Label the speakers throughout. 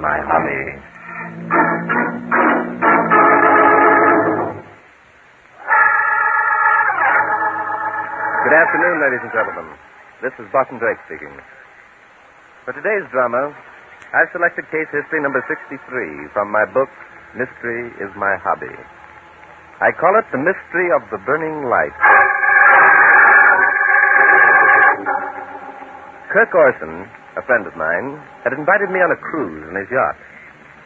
Speaker 1: my honey. Good afternoon, ladies and gentlemen. This is Barton Drake speaking. For today's drama, I've selected case history number 63 from my book, Mystery is My Hobby. I call it The Mystery of the Burning Light. Kirk Orson, a friend of mine, had invited me on a cruise in his yacht.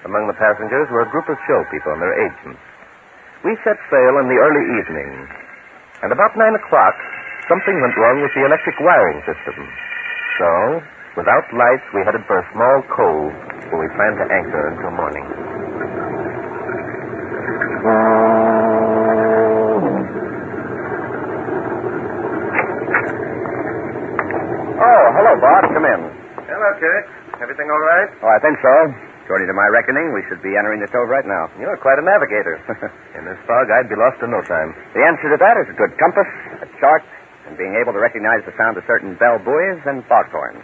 Speaker 1: Among the passengers were a group of show people and their agents. We set sail in the early evening, and about nine o'clock, something went wrong with the electric wiring system. So, without lights, we headed for a small cove where we planned to anchor until morning. Oh, hello, Bob. Come in.
Speaker 2: Hello, Kirk. Everything all right?
Speaker 1: Oh, I think so. According to my reckoning, we should be entering the cove right now. You're quite a navigator. in this fog, I'd be lost in no time.
Speaker 2: The answer to that is a good compass, a chart, and being able to recognize the sound of certain bell buoys and foghorns.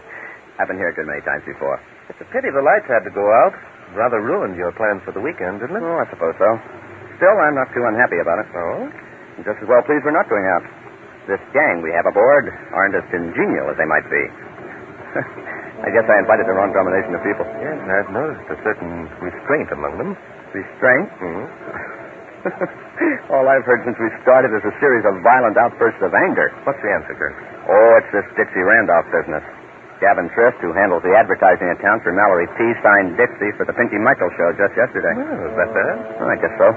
Speaker 2: I've been here a good many times before.
Speaker 1: It's a pity the lights had to go out. Rather ruined your plans for the weekend, didn't it?
Speaker 2: Oh, I suppose so. Still, I'm not too unhappy about it.
Speaker 1: Oh?
Speaker 2: I'm just as well pleased we're not going out. This gang we have aboard aren't as congenial as they might be. I guess I invited the wrong combination of people.
Speaker 1: Yes, and I've noticed a certain restraint among them.
Speaker 2: Restraint?
Speaker 1: Hmm.
Speaker 2: All I've heard since we started is a series of violent outbursts of anger.
Speaker 1: What's the answer, Kirk?
Speaker 2: Oh, it's this Dixie Randolph business. Gavin Trist, who handles the advertising account for Mallory T, signed Dixie for the Pinky Michael show just yesterday.
Speaker 1: Well, is that bad?
Speaker 2: Well, I guess so.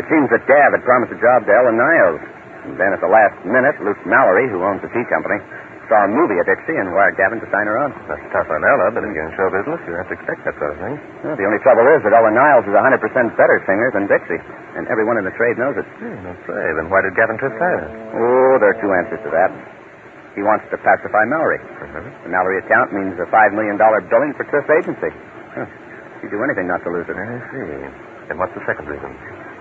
Speaker 2: It seems that Gav had promised a job to Ellen Niles. And then at the last minute, Luke Mallory, who owns the tea company, saw a movie at Dixie and wired Gavin to sign her on.
Speaker 1: That's tough on Ella, but if you're in show business, you have to expect that sort of thing.
Speaker 2: Well, the only trouble is that Ellen Niles is a 100% better singer than Dixie, and everyone in the trade knows it.
Speaker 1: Hmm, that's right. Then why did Gavin Trist hire her?
Speaker 2: Oh, there are two answers to that. He wants to pacify Mallory. The Mallory account means a $5 million billing for Trist Agency. Huh. He'd do anything not to lose it.
Speaker 1: I see. And what's the second reason?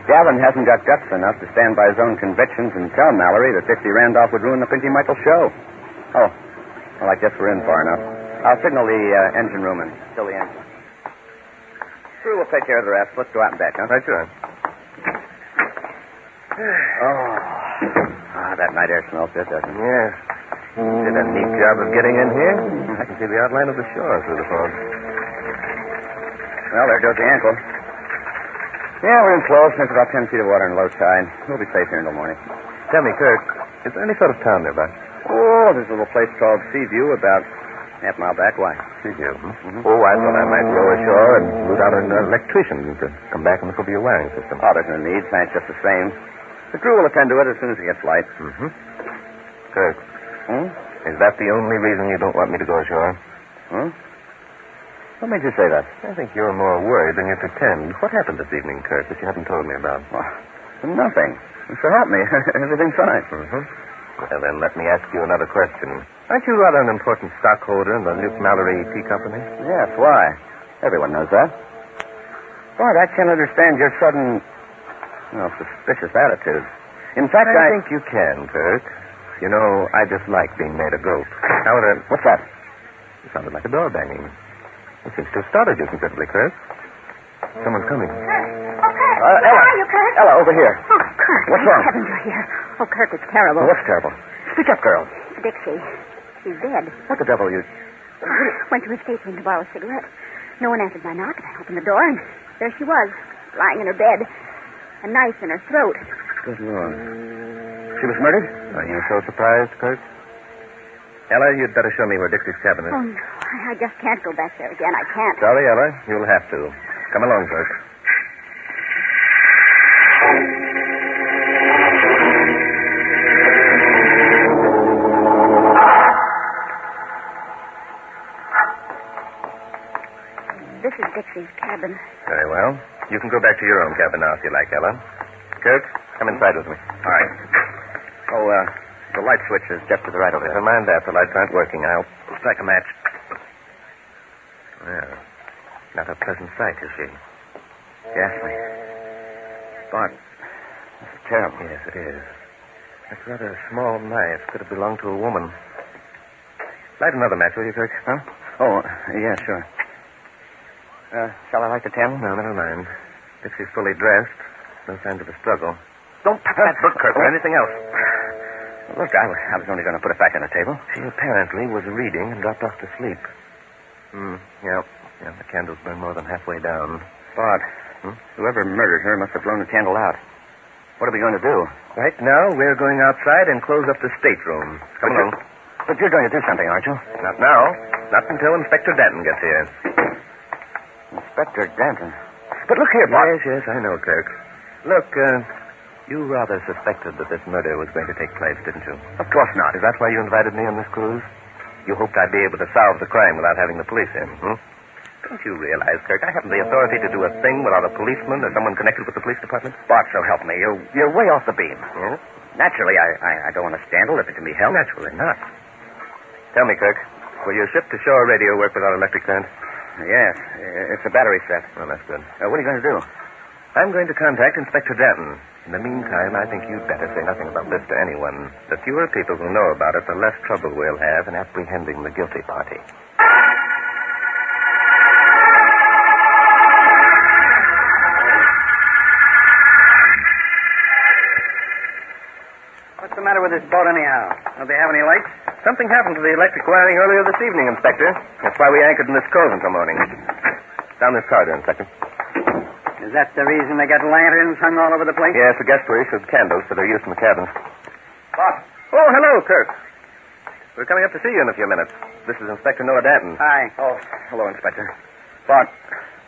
Speaker 2: Gavin hasn't got guts enough to stand by his own convictions and tell Mallory that Dixie Randolph would ruin the Pinky Michael show. Oh, well, I guess we're in far enough. I'll signal the uh, engine room and fill the engine. Sure, we'll take care of the rest. Let's go out and back, huh?
Speaker 1: Right, sure.
Speaker 2: Oh. Ah, that night air smells good, doesn't it?
Speaker 1: Yes. Did a neat job of getting in here. I can see the outline of the shore through the fog.
Speaker 2: Well, there goes the ankle. Yeah, we're in close. There's about 10 feet of water in low tide. We'll be safe here until morning.
Speaker 1: Tell me, Kirk, is there any sort of town nearby?
Speaker 2: Oh, there's a little place called Seaview about half mile back. Why?
Speaker 1: Seaview. Oh, I thought I might go ashore and root out an electrician to come back and look over your wiring system.
Speaker 2: Oh, there's no need. Thanks just the same. The crew will attend to it as soon as it gets light.
Speaker 1: Mm-hmm. Kirk,
Speaker 2: Hmm?
Speaker 1: is that the only reason you don't want me to go ashore?
Speaker 2: Hmm? What made you say that?
Speaker 1: I think you're more worried than you pretend. What happened this evening, Kirk, that you haven't told me about?
Speaker 2: Well, nothing. So help me. Everything's fine.
Speaker 1: Mm-hmm. Well, then let me ask you another question. Aren't you rather an important stockholder in the Luke Mallory Tea Company?
Speaker 2: Yes, why? Everyone knows that. But I can't understand your sudden, well, suspicious attitude. In fact,
Speaker 1: I
Speaker 2: I...
Speaker 1: think you can, Kirk. You know, I just like being made a goat. However,
Speaker 2: What's that?
Speaker 1: it sounded like a door banging. It seems to have started you considerably, Kirk. Someone's coming.
Speaker 3: Kirk. Oh, Kirk.
Speaker 2: Uh,
Speaker 3: Where
Speaker 2: Ella.
Speaker 3: are you, Kirk?
Speaker 2: Ella, over here.
Speaker 3: Oh, Kirk.
Speaker 2: What's
Speaker 3: thank
Speaker 2: wrong?
Speaker 3: heaven you're here. Oh, Kirk, it's terrible.
Speaker 2: Oh, what's terrible? Speak up, girl.
Speaker 3: Dixie. She's dead.
Speaker 2: What the devil you...
Speaker 3: Went to a station to borrow a cigarette. No one answered my knock, and I opened the door, and there she was, lying in her bed, a knife in her throat.
Speaker 2: Good Lord. She was murdered?
Speaker 1: Are you so surprised, Kirk? Ella, you'd better show me where Dixie's cabin is.
Speaker 3: Oh, no. I, I just can't go back there again. I can't.
Speaker 1: Sorry, Ella. You'll have to. Come along, Kirk.
Speaker 3: This is Dixie's cabin.
Speaker 1: Very well. You can go back to your own cabin now if you like, Ella. Kirk, come inside with me.
Speaker 2: All right. Oh, uh, the light switch is just to the right over there.
Speaker 1: Never mind that. The lights aren't working. I'll strike a match. Well, not a pleasant sight, is she?
Speaker 2: Ghastly. Bart, this is terrible.
Speaker 1: Yes, it is. That's rather a small knife. Could have belonged to a woman. Light another match, will you, Kirk?
Speaker 2: Huh? Oh, yeah, sure.
Speaker 4: Uh, shall I light the candle?
Speaker 1: No, never mind. If she's fully dressed, no signs of a struggle.
Speaker 4: Don't touch that book,
Speaker 1: Kirk, or anything else.
Speaker 4: Look, I was, I was only going to put it back on the table.
Speaker 1: She apparently was reading and dropped off to sleep. Hmm, yeah. Yeah, the candle's burned more than halfway down.
Speaker 4: Bart,
Speaker 1: Hmm?
Speaker 4: whoever murdered her must have blown the candle out. What are we going to do?
Speaker 1: Right now, we're going outside and close up the stateroom. Come
Speaker 4: But
Speaker 1: along.
Speaker 4: you're- But you're going to do something, aren't you?
Speaker 1: Not now. Not until Inspector Danton gets here.
Speaker 4: Inspector Danton. But look here, Bart.
Speaker 1: Yes, yes, I know, Kirk. Look, uh, you rather suspected that this murder was going to take place, didn't you?
Speaker 4: Of course not.
Speaker 1: Is that why you invited me on this cruise? You hoped I'd be able to solve the crime without having the police in, hmm? Don't you realize, Kirk, I haven't the authority to do a thing without a policeman or someone connected with the police department?
Speaker 4: Bart, so help me. You're, you're way off the beam.
Speaker 1: Hmm?
Speaker 4: Naturally, I, I, I don't want to scandal if it can be helped.
Speaker 1: Naturally not. Tell me, Kirk, will your ship-to-shore radio work without electric current?
Speaker 4: Yes, i- it's a battery set.
Speaker 1: Well, that's good.
Speaker 4: Uh, what are you going to do?
Speaker 1: I'm going to contact Inspector Danton. In the meantime, I think you'd better say nothing about this to anyone. The fewer people who know about it, the less trouble we'll have in apprehending the guilty party.
Speaker 4: What's the matter with this boat, anyhow? Don't they have any lights?
Speaker 1: Something happened to the electric wiring earlier this evening, Inspector. That's why we anchored in this cove until morning. Down this corridor, Inspector.
Speaker 4: Is that the reason they got lanterns hung all over the place?
Speaker 1: Yes, the guest were issued candles for their use in the cabins.
Speaker 4: Bart.
Speaker 1: Oh, hello, Kirk. We're coming up to see you in a few minutes. This is Inspector Noah Danton.
Speaker 4: Hi. Oh, hello, Inspector. Bart,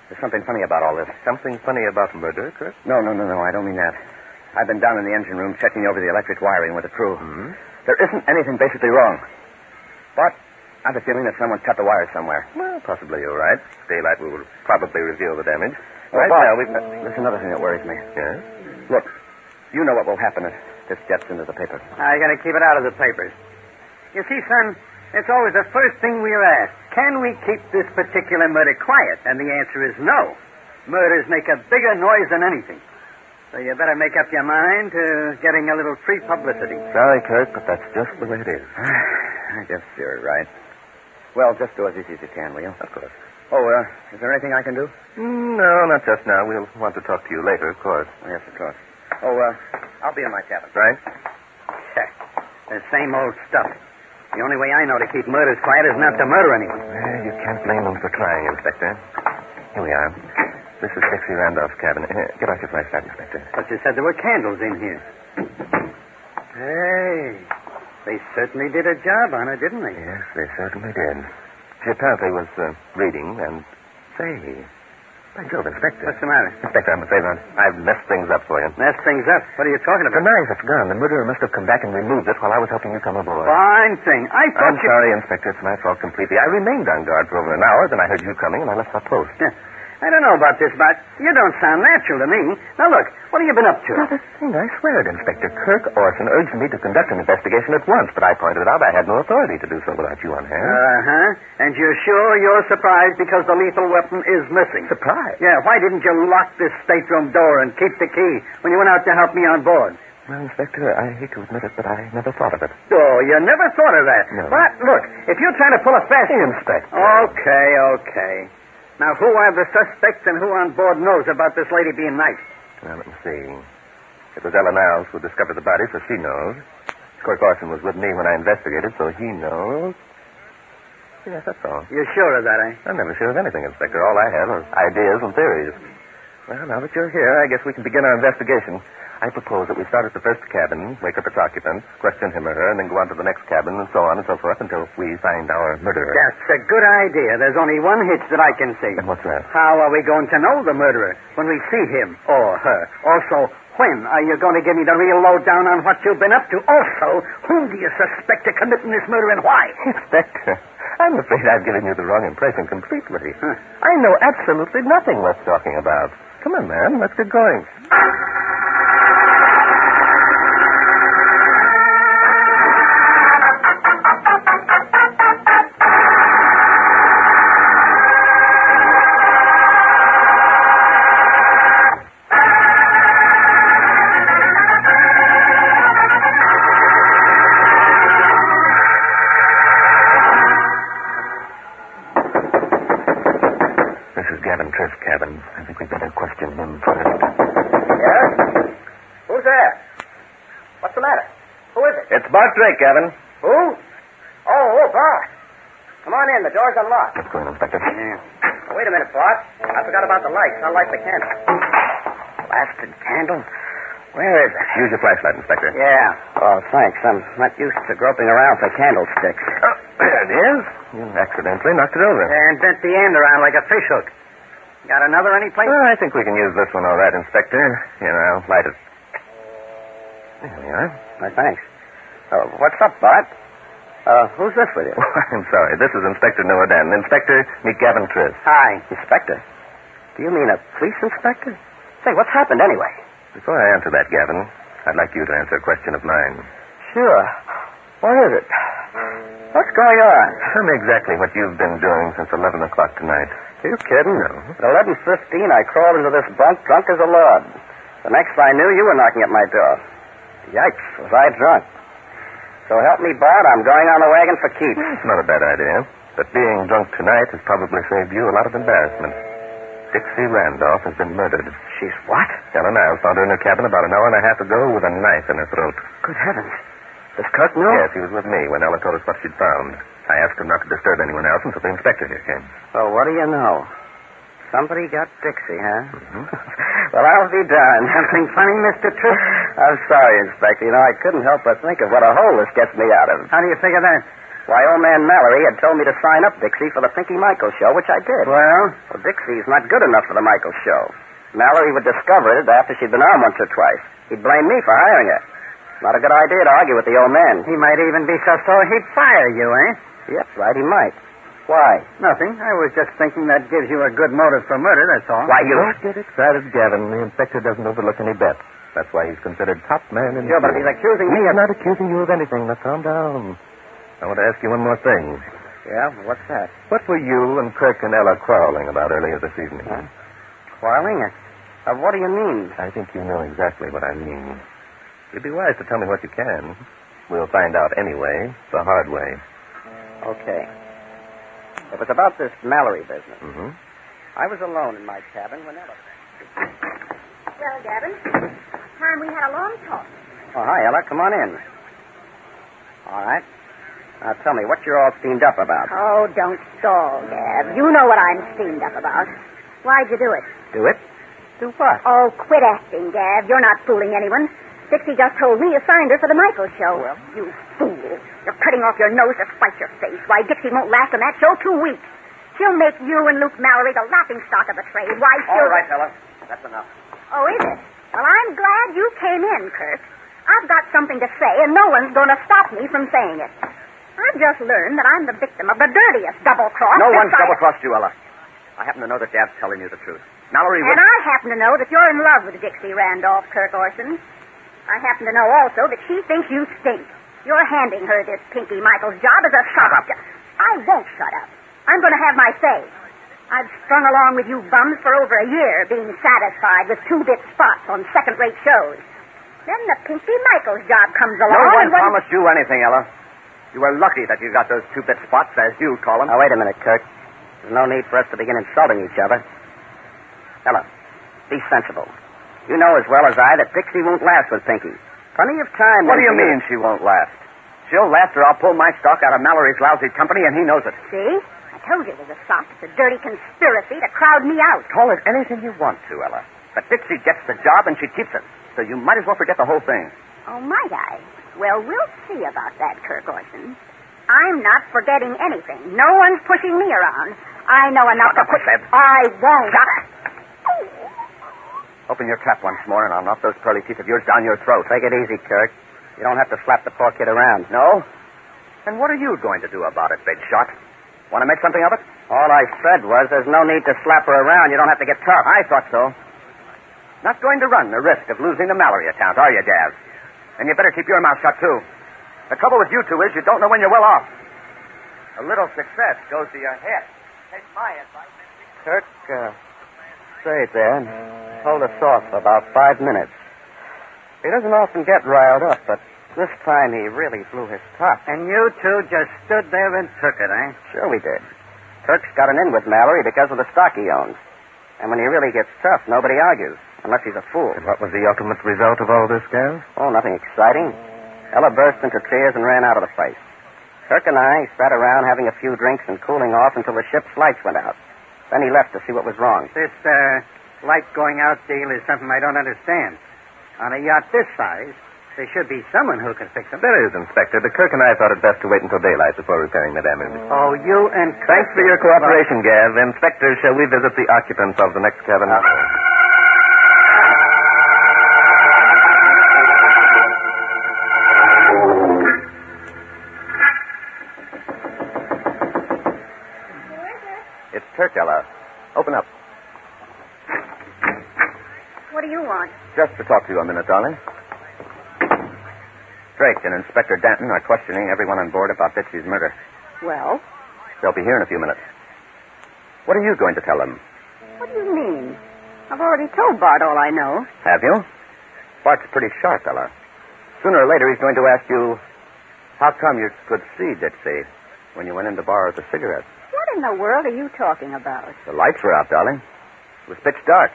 Speaker 4: there's something funny about all this.
Speaker 1: Something funny about murder, Kirk?
Speaker 4: No, no, no, no. I don't mean that. I've been down in the engine room checking over the electric wiring with the crew.
Speaker 1: Hmm?
Speaker 4: There isn't anything basically wrong. But I've a feeling that someone cut the wire somewhere.
Speaker 1: Well, possibly you're right. Daylight will probably reveal the damage.
Speaker 4: Well,
Speaker 1: right
Speaker 4: Oh, Bart,
Speaker 1: now, we've...
Speaker 4: there's another thing that worries me.
Speaker 1: Yes?
Speaker 4: Look, you know what will happen if this gets into the paper.
Speaker 2: I gotta keep it out of the papers. You see, son, it's always the first thing we're asked. Can we keep this particular murder quiet? And the answer is no. Murders make a bigger noise than anything. So you better make up your mind to getting a little free publicity.
Speaker 1: Sorry, Kirk, but that's just the way it is.
Speaker 4: I guess you're right. Well, just do as easy as you can, will you?
Speaker 1: Of course. Mm,
Speaker 4: Oh, uh, is there anything I can do?
Speaker 1: No, not just now. We'll want to talk to you later, of course.
Speaker 4: Oh, yes, of course. Oh, uh, I'll be in my cabin.
Speaker 1: Right?
Speaker 2: Check. The same old stuff. The only way I know to keep murders quiet is not to murder anyone.
Speaker 1: Well, you can't blame them for trying, Inspector. Here we are. This is Dixie Randolph's cabin. Here, get out your flashlight, Inspector.
Speaker 2: But you said there were candles in here. Hey. They certainly did a job on her, didn't they?
Speaker 1: Yes, they certainly did. She apparently was uh, reading and... Say, by Jove, Inspector.
Speaker 2: What's the matter?
Speaker 1: Inspector, I'm afraid I've- I've messed things up for you.
Speaker 2: Mess things up. What are you talking
Speaker 1: The
Speaker 2: about?
Speaker 1: knife, it's gone. The murderer must have come back and removed it while I was helping you come aboard.
Speaker 2: Fine thing.
Speaker 1: I'm
Speaker 2: I thought you.
Speaker 1: sorry, Inspector. It's my fault completely. I remained on guard for over an hour, then I heard you coming, and I left my post.
Speaker 2: I don't know about this, but you don't sound natural to me. Now look, what have you been up to?
Speaker 1: Not a thing, I swear it, Inspector. Kirk Orson urged me to conduct an investigation at once, but I pointed out I had no authority to do so without you on hand.
Speaker 2: Uh huh. And you're sure you're surprised because the lethal weapon is missing?
Speaker 1: Surprise.
Speaker 2: Yeah. Why didn't you lock this stateroom door and keep the key when you went out to help me on board?
Speaker 1: Well, Inspector, I hate to admit it, but I never thought of it.
Speaker 2: Oh, you never thought of that.
Speaker 1: No.
Speaker 2: But look, if you're trying to pull a fast.
Speaker 1: Inspector.
Speaker 2: Oh, Okay, okay. Now, who are the suspects and who on board knows about this lady being knifed?
Speaker 1: Well, let me see. It was Ellen Niles who discovered the body, so she knows. Kirk Orson was with me when I investigated, so he knows. Yes, that's all.
Speaker 2: You're sure of that, eh?
Speaker 1: I'm never sure of anything, Inspector. All I have are ideas and theories. Well, now that you're here, I guess we can begin our investigation. I propose that we start at the first cabin, wake up its occupant, question him or her, and then go on to the next cabin, and so on and so forth until we find our murderer.
Speaker 2: That's a good idea. There's only one hitch that I can see.
Speaker 1: And what's that?
Speaker 2: How are we going to know the murderer when we see him or her? Also, when are you going to give me the real lowdown on what you've been up to? Also, whom do you suspect of committing this murder and why?
Speaker 1: Inspector, I'm afraid I've given you the wrong impression completely.
Speaker 2: Huh.
Speaker 1: I know absolutely nothing worth talking about. Come on, man, let's get going. This is Gavin surf cabin. I think we'd better question him first.
Speaker 2: Yes? Who's there? What's the matter? Who is it?
Speaker 1: It's Bart Drake, Gavin.
Speaker 2: Who? Oh, oh, Bart. Come on in. The door's unlocked.
Speaker 1: Let's go in, Inspector.
Speaker 2: Wait a minute, Bart. I forgot about the lights. I'll light the candle. Blasted candle. Where is it?
Speaker 1: Use your flashlight, Inspector.
Speaker 2: Yeah. Oh, thanks. I'm not used to groping around for candlesticks.
Speaker 1: Oh, there it is. You accidentally knocked it over.
Speaker 2: And bent the end around like a fish hook. Got another any place?
Speaker 1: Well, Oh, I think we can use this one all right, Inspector. Here, I'll light it. There we are.
Speaker 2: Why, thanks. Oh, what's up, Bart? Uh, who's this with you?
Speaker 1: Oh, I'm sorry. This is Inspector Noadan. Inspector, meet Gavin Triss.
Speaker 2: Hi. Inspector. Do you mean a police inspector? Say, what's happened anyway?
Speaker 1: Before I answer that, Gavin, I'd like you to answer a question of mine.
Speaker 2: Sure. What is it? What's going on?
Speaker 1: Tell me exactly what you've been doing since 11 o'clock tonight.
Speaker 2: Are you kidding?
Speaker 1: No.
Speaker 2: At eleven fifteen, I crawled into this bunk drunk as a lord. The next I knew, you were knocking at my door. Yikes, was I drunk? So help me, Bart, I'm going on the wagon for keeps.
Speaker 1: It's not a bad idea, but being drunk tonight has probably saved you a lot of embarrassment. Dixie Randolph has been murdered.
Speaker 2: She's what?
Speaker 1: Ellen Niles found her in her cabin about an hour and a half ago with a knife in her throat.
Speaker 2: Good heavens. Does Kirk know?
Speaker 1: Yes, he was with me when Ella told us what she'd found. I asked him not to disturb anyone else until the inspector here came.
Speaker 2: Well, what do you know? Somebody got Dixie, huh? well, I'll be darned. Mm-hmm. Something funny, Mr. Tripp? I'm sorry, Inspector. You know, I couldn't help but think of what a hole this gets me out of. How do you figure that? Why, old man Mallory had told me to sign up Dixie for the Pinky Michael show, which I did. Well? Well, Dixie's not good enough for the Michael show. Mallory would discover it after she'd been on once or twice. He'd blame me for hiring her. Not a good idea to argue with the old man. He might even be so sore he'd fire you, eh? Yep, right, he might. Why? Nothing. I was just thinking that gives you a good motive for murder, that's all. Why, you...
Speaker 1: Don't get excited, Gavin. The inspector doesn't overlook any bets. That's why he's considered top man in
Speaker 2: Sure,
Speaker 1: the
Speaker 2: but he's accusing me
Speaker 1: I'm
Speaker 2: of...
Speaker 1: not accusing you of anything. Now, calm down. I want to ask you one more thing.
Speaker 2: Yeah, what's that?
Speaker 1: What were you and Kirk and Ella quarreling about earlier this evening?
Speaker 2: Quarreling? Uh, what do you mean?
Speaker 1: I think you know exactly what I mean. You'd be wise to tell me what you can. We'll find out anyway, the hard way.
Speaker 2: Okay. It was about this Mallory business.
Speaker 1: Mm-hmm.
Speaker 2: I was alone in my cabin when Ella...
Speaker 3: Well, Gavin, time we had a long talk.
Speaker 2: Oh, hi, Ella. Come on in. All right. Now, tell me, what you're all steamed up about?
Speaker 3: Oh, don't stall, Gav. You know what I'm steamed up about. Why'd you do it?
Speaker 2: Do it? Do what?
Speaker 3: Oh, quit acting, Gav. You're not fooling anyone. Dixie just told me you signed her for the Michael show.
Speaker 2: Well?
Speaker 3: You fool. You're cutting off your nose to spite your face. Why, Dixie won't last on that show two weeks. She'll make you and Luke Mallory the laughing stock of the trade. Why, she'll...
Speaker 2: All right, Ella. That's enough.
Speaker 3: Oh, is it? Well, I'm glad you came in, Kurt. I've got something to say, and no one's going to stop me from saying it. I've just learned that I'm the victim of the dirtiest double-cross.
Speaker 4: No
Speaker 3: this
Speaker 4: one's
Speaker 3: side-
Speaker 4: double crossed you, Ella. I happen to know that Dad's telling you the truth. Mallory was.
Speaker 3: And I happen to know that you're in love with Dixie Randolph, Kirk Orson. I happen to know also that she thinks you stink. You're handing her this Pinky Michaels job as a shut up. I won't shut up. I'm going to have my say. I've strung along with you bums for over a year, being satisfied with two-bit spots on second-rate shows. Then the Pinky Michaels job comes along.
Speaker 4: No one
Speaker 3: and when-
Speaker 4: promised you anything, Ella. You were lucky that you got those two bit spots, as you call them.
Speaker 2: Now, wait a minute, Kirk. There's no need for us to begin insulting each other. Ella, be sensible. You know as well as I that Dixie won't last with Pinky. Plenty of time.
Speaker 4: What do you
Speaker 2: then for
Speaker 4: mean she won't last? She'll last or I'll pull my stock out of Mallory's lousy company, and he knows it.
Speaker 3: See? I told you it was a sock. It's a dirty conspiracy to crowd me out.
Speaker 4: Call it anything you want to, Ella. But Dixie gets the job and she keeps it. So you might as well forget the whole thing.
Speaker 3: Oh, might I? Well, we'll see about that, Kirk Orson. I'm not forgetting anything. No one's pushing me around. I know enough
Speaker 4: Shut up,
Speaker 3: to put.
Speaker 4: I said.
Speaker 3: I won't.
Speaker 4: Shut up. Open your trap once more, and I'll knock those pearly teeth of yours down your throat.
Speaker 2: Take it easy, Kirk. You don't have to slap the poor kid around.
Speaker 4: No? Then what are you going to do about it, Big Shot? Want to make something of it?
Speaker 2: All I said was there's no need to slap her around. You don't have to get tough.
Speaker 4: I thought so. Not going to run the risk of losing the Mallory account, are you, Dad? And you better keep your mouth shut, too. The trouble with you two is you don't know when you're well off. A little success goes to your head. Take my advice.
Speaker 2: Kirk, uh, stay there and hold us off for about five minutes. He doesn't often get riled up, but this time he really blew his top.
Speaker 5: And you two just stood there and took it, eh?
Speaker 2: Sure we did. Kirk's got an in with Mallory because of the stock he owns.
Speaker 5: And when he really gets tough, nobody argues, unless he's a fool.
Speaker 1: And what was the ultimate result of all this, Gans?
Speaker 5: Oh, nothing exciting. Ella burst into tears and ran out of the place. Kirk and I sat around having a few drinks and cooling off until the ship's lights went out. Then he left to see what was wrong.
Speaker 2: This uh, light going out deal is something I don't understand. On a yacht this size, there should be someone who can fix them.
Speaker 1: There is, Inspector. The Kirk and I thought it best to wait until daylight before repairing the damage.
Speaker 2: Oh, you and Kirk.
Speaker 1: Thanks for your cooperation, Gav. Inspector, shall we visit the occupants of the next cabin?
Speaker 4: It's Kirk, Ella. Open up.
Speaker 3: What do you want?
Speaker 4: Just to talk to you a minute, darling. Drake and Inspector Danton are questioning everyone on board about Bitsy's murder.
Speaker 3: Well,
Speaker 4: They'll be here in a few minutes. What are you going to tell them?
Speaker 3: what do you mean? I've already told Bart all I know.
Speaker 4: Have you? Bart's pretty sharp, Ella. Sooner or later, he's going to ask you, how come you could see Dixie when you went in to borrow the cigarette?
Speaker 3: What in the world are you talking about?
Speaker 4: The lights were out, darling. It was pitch dark.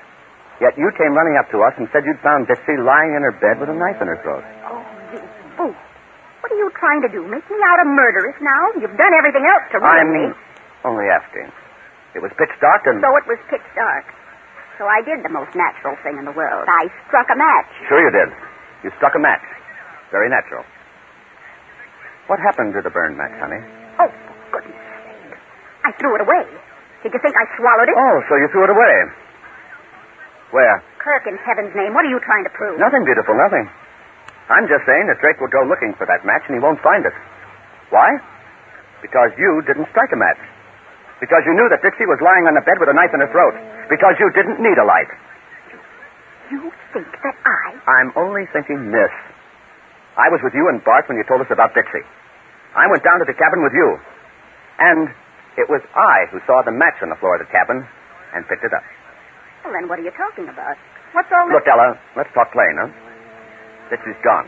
Speaker 4: Yet you came running up to us and said you'd found Dixie lying in her bed with a knife in her throat.
Speaker 3: Oh, you fool. What are you trying to do? Make me out a murderess now? You've done everything else to ruin
Speaker 4: I'm
Speaker 3: me.
Speaker 4: only asking. It was pitch dark and...
Speaker 3: So it was pitch dark. So I did the most natural thing in the world. I struck a match.
Speaker 4: Sure you did. You struck a match. Very natural. What happened to the burn match, honey?
Speaker 3: Oh, for goodness sake. I threw it away. Did you think I swallowed it?
Speaker 4: Oh, so you threw it away. Where?
Speaker 3: Kirk, in heaven's name, what are you trying to prove?
Speaker 4: Nothing, beautiful, nothing. I'm just saying that Drake will go looking for that match and he won't find it. Why? Because you didn't strike a match. Because you knew that Dixie was lying on the bed with a knife in her throat. Because you didn't need a light.
Speaker 3: You think that I...
Speaker 4: I'm only thinking this. I was with you and Bart when you told us about Dixie. I went down to the cabin with you. And it was I who saw the match on the floor of the cabin and picked it up.
Speaker 3: Well, then what are you talking about? What's all this?
Speaker 4: Look, Ella, let's talk plain, huh? Dixie's gone.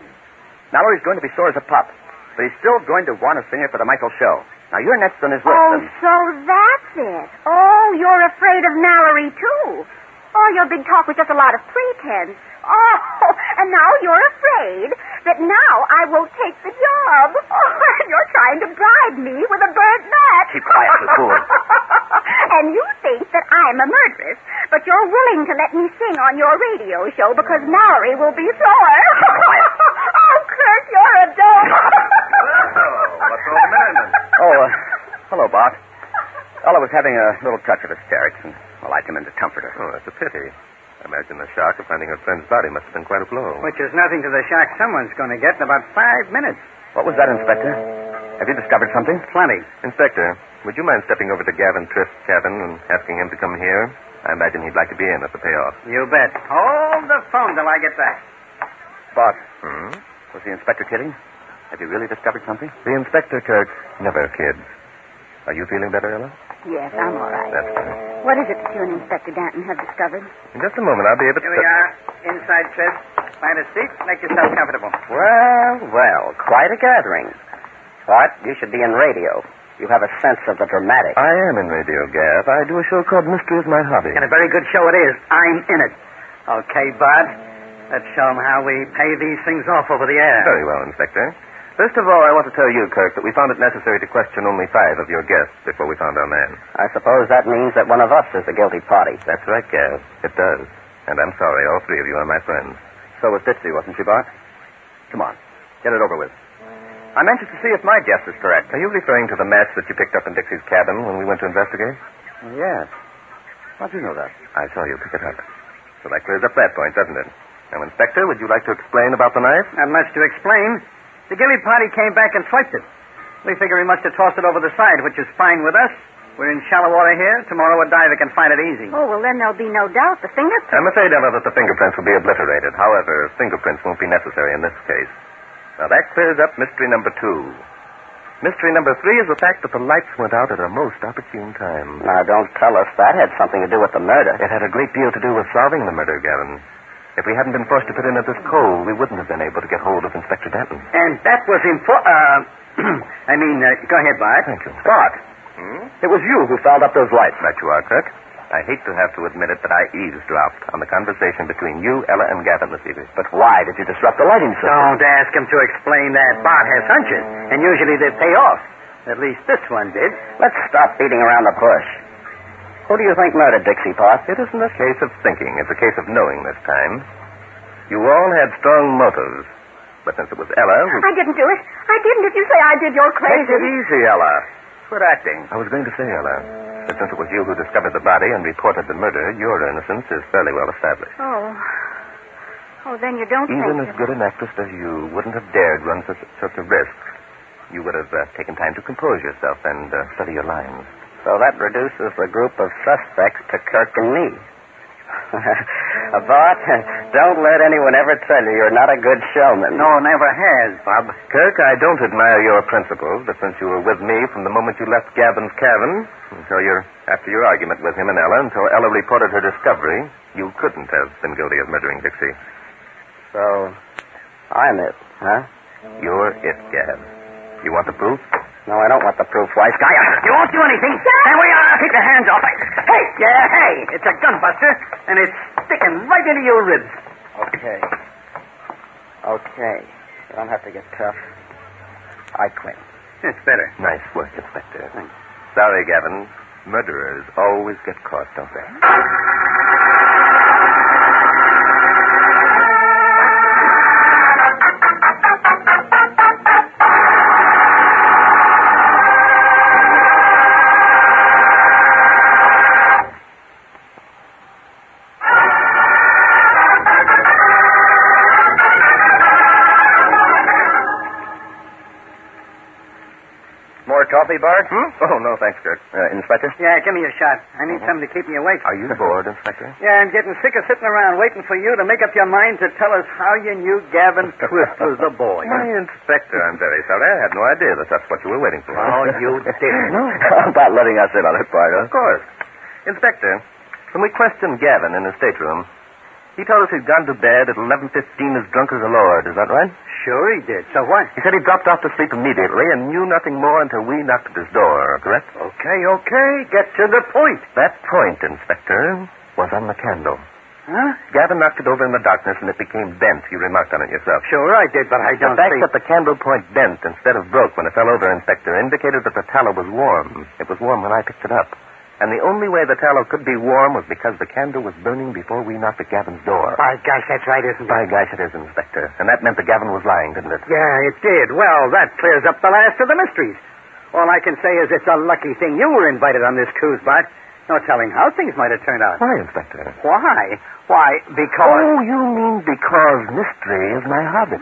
Speaker 4: Mallory's going to be sore as a pup, but he's still going to want to sing it for the Michael show. Now, you're next on his list.
Speaker 3: Oh,
Speaker 4: and-
Speaker 3: so that's it. Oh, you're afraid of Mallory, too. Oh, your big talk was just a lot of pretense. Oh, and now you're afraid that now I will take the job. Oh, and you're trying to bribe me with a burnt match.
Speaker 4: Keep quiet, you fool.
Speaker 3: and you think that I'm a murderess, but you're willing to let me sing on your radio show because Mallory will be sore. oh, Kirk, you're a dope.
Speaker 1: what's all the matter then?
Speaker 4: Oh, uh, hello, Bart. Ella was having a little touch of hysterics, and well, I came in to comfort her.
Speaker 1: Oh, that's a pity. I imagine the shock of finding her friend's body must have been quite a blow.
Speaker 2: Which is nothing to the shock someone's going to get in about five minutes.
Speaker 4: What was that, Inspector? Have you discovered something?
Speaker 2: Plenty.
Speaker 1: Inspector, would you mind stepping over to Gavin Triff's cabin and asking him to come here? I imagine he'd like to be in at the payoff.
Speaker 2: You bet. Hold the phone till I get back.
Speaker 4: Bart,
Speaker 1: Hmm?
Speaker 4: was the inspector kidding? Have you really discovered something?
Speaker 1: The Inspector Kirk never kids. Are you feeling better, Ella?
Speaker 3: Yes, I'm all right.
Speaker 1: That's good.
Speaker 3: What is it that you and Inspector Danton have discovered?
Speaker 1: In just a moment, I'll be able to...
Speaker 2: Here we are. Inside trip. Find a seat. Make yourself comfortable.
Speaker 5: Well, well, quite a gathering. Bart, you should be in radio. You have a sense of the dramatic.
Speaker 1: I am in radio, Gav. I do a show called Mystery is My Hobby.
Speaker 2: And a very good show it is. I'm in it. Okay, Bud. Let's show 'em how we pay these things off over the air.
Speaker 1: Very well, Inspector. First of all, I want to tell you, Kirk, that we found it necessary to question only five of your guests before we found our man.
Speaker 5: I suppose that means that one of us is the guilty party.
Speaker 1: That's right, Gav. It does. And I'm sorry, all three of you are my friends.
Speaker 4: So was Dixie, wasn't she, Bart? Come on, get it over with. I'm anxious to see if my guess is correct.
Speaker 1: Are you referring to the match that you picked up in Dixie's cabin when we went to investigate?
Speaker 4: Yes. How'd you know that?
Speaker 1: I saw you pick it up. So that clears up that point, doesn't it? Now, Inspector, would you like to explain about the knife?
Speaker 2: Not much to explain. The Gilly party came back and swiped it. We figure he must have tossed it over the side, which is fine with us. We're in shallow water here. Tomorrow a diver can find it easy.
Speaker 3: Oh, well, then there'll be no doubt. The fingerprint.
Speaker 1: I'm afraid, Ella, that the fingerprints will be obliterated. However, fingerprints won't be necessary in this case. Now, that clears up mystery number two. Mystery number three is the fact that the lights went out at a most opportune time.
Speaker 5: Now, don't tell us that had something to do with the murder.
Speaker 1: It had a great deal to do with solving the murder, Gavin. If we hadn't been forced to put in at this coal, we wouldn't have been able to get hold of Inspector Denton.
Speaker 2: And that was important. Uh, I mean, uh, go ahead, Bart.
Speaker 1: Thank you.
Speaker 4: Bart, it was you who fouled up those lights.
Speaker 1: Right Hmm? you are, Kirk. I hate to have to admit it, but I eavesdropped on the conversation between you, Ella, and Gavin this evening.
Speaker 4: But why did you disrupt the lighting system?
Speaker 2: Don't ask him to explain that. Bob has hunches, and usually they pay off. At least this one did.
Speaker 5: Let's stop beating around the bush. Who do you think murdered Dixie Potts?
Speaker 1: It isn't a case of thinking. It's a case of knowing this time. You all had strong motives. But since it was Ella who...
Speaker 3: I didn't do it. I didn't. If you say I did, you're crazy.
Speaker 1: Take it easy, Ella.
Speaker 2: Quit acting.
Speaker 1: I was going to say, Ella, that since it was you who discovered the body and reported the murder, your innocence is fairly well established.
Speaker 3: Oh. Oh, then you don't
Speaker 1: Even as
Speaker 3: think.
Speaker 1: good an actress as you wouldn't have dared run such, such a risk. You would have uh, taken time to compose yourself and uh, study your lines.
Speaker 5: So that reduces the group of suspects to Kirk and me. Uh, Bart, don't let anyone ever tell you you're not a good showman.
Speaker 2: No, never has, Bob.
Speaker 1: Kirk, I don't admire your principles, but since you were with me from the moment you left Gavin's cabin until your after your argument with him and Ella, until Ella reported her discovery, you couldn't have been guilty of murdering Dixie.
Speaker 5: So I'm it, huh?
Speaker 1: You're it, Gav. You want the proof?
Speaker 5: No, I don't want the proof, wise guy.
Speaker 2: You won't do anything. Stand where you are. Take your hands off. Hey, yeah, hey. It's a gunbuster, and it's sticking right into your ribs.
Speaker 5: Okay. Okay. You don't have to get tough. I quit.
Speaker 2: It's better.
Speaker 1: Nice work, Inspector. Sorry, Gavin. Murderers always get caught, don't they?
Speaker 4: More coffee, Bart?
Speaker 1: Hmm? Oh, no, thanks, Kirk.
Speaker 4: Uh, Inspector?
Speaker 2: Yeah, give me a shot. I need something to keep me awake.
Speaker 1: Are you bored, Inspector?
Speaker 2: Yeah, I'm getting sick of sitting around waiting for you to make up your mind to tell us how you knew Gavin Twist was the boy.
Speaker 1: Why, Inspector, I'm very sorry. I had no idea that that's what you were waiting for.
Speaker 2: Oh, you didn't.
Speaker 1: No,
Speaker 4: How about letting us in on it, Bart, huh?
Speaker 1: Of course. Inspector, when we questioned Gavin in his stateroom, he told us he'd gone to bed at 11.15 as drunk as a lord. Is that right?
Speaker 2: Sure he did. So what?
Speaker 1: He said he dropped off to sleep immediately and knew nothing more until we knocked at his door, correct?
Speaker 2: Okay, okay. Get to the point.
Speaker 1: That point, Inspector, was on the candle.
Speaker 2: Huh?
Speaker 1: Gavin knocked it over in the darkness and it became bent. You remarked on it yourself.
Speaker 2: Sure I did, but I
Speaker 1: The
Speaker 2: don't
Speaker 1: fact
Speaker 2: think...
Speaker 1: that the candle point bent instead of broke when it fell over, Inspector, indicated that the tallow was warm. It was warm when I picked it up. And the only way the tallow could be warm was because the candle was burning before we knocked at Gavin's door.
Speaker 2: By gosh, that's right, isn't
Speaker 1: By gosh, it is, Inspector. And that meant that Gavin was lying, didn't it?
Speaker 2: Yeah, it did. Well, that clears up the last of the mysteries. All I can say is it's a lucky thing you were invited on this cruise, Bart. No telling how things might have turned out.
Speaker 1: Why, Inspector?
Speaker 2: Why? Why? Because.
Speaker 1: Oh, you mean because mystery is my hobby.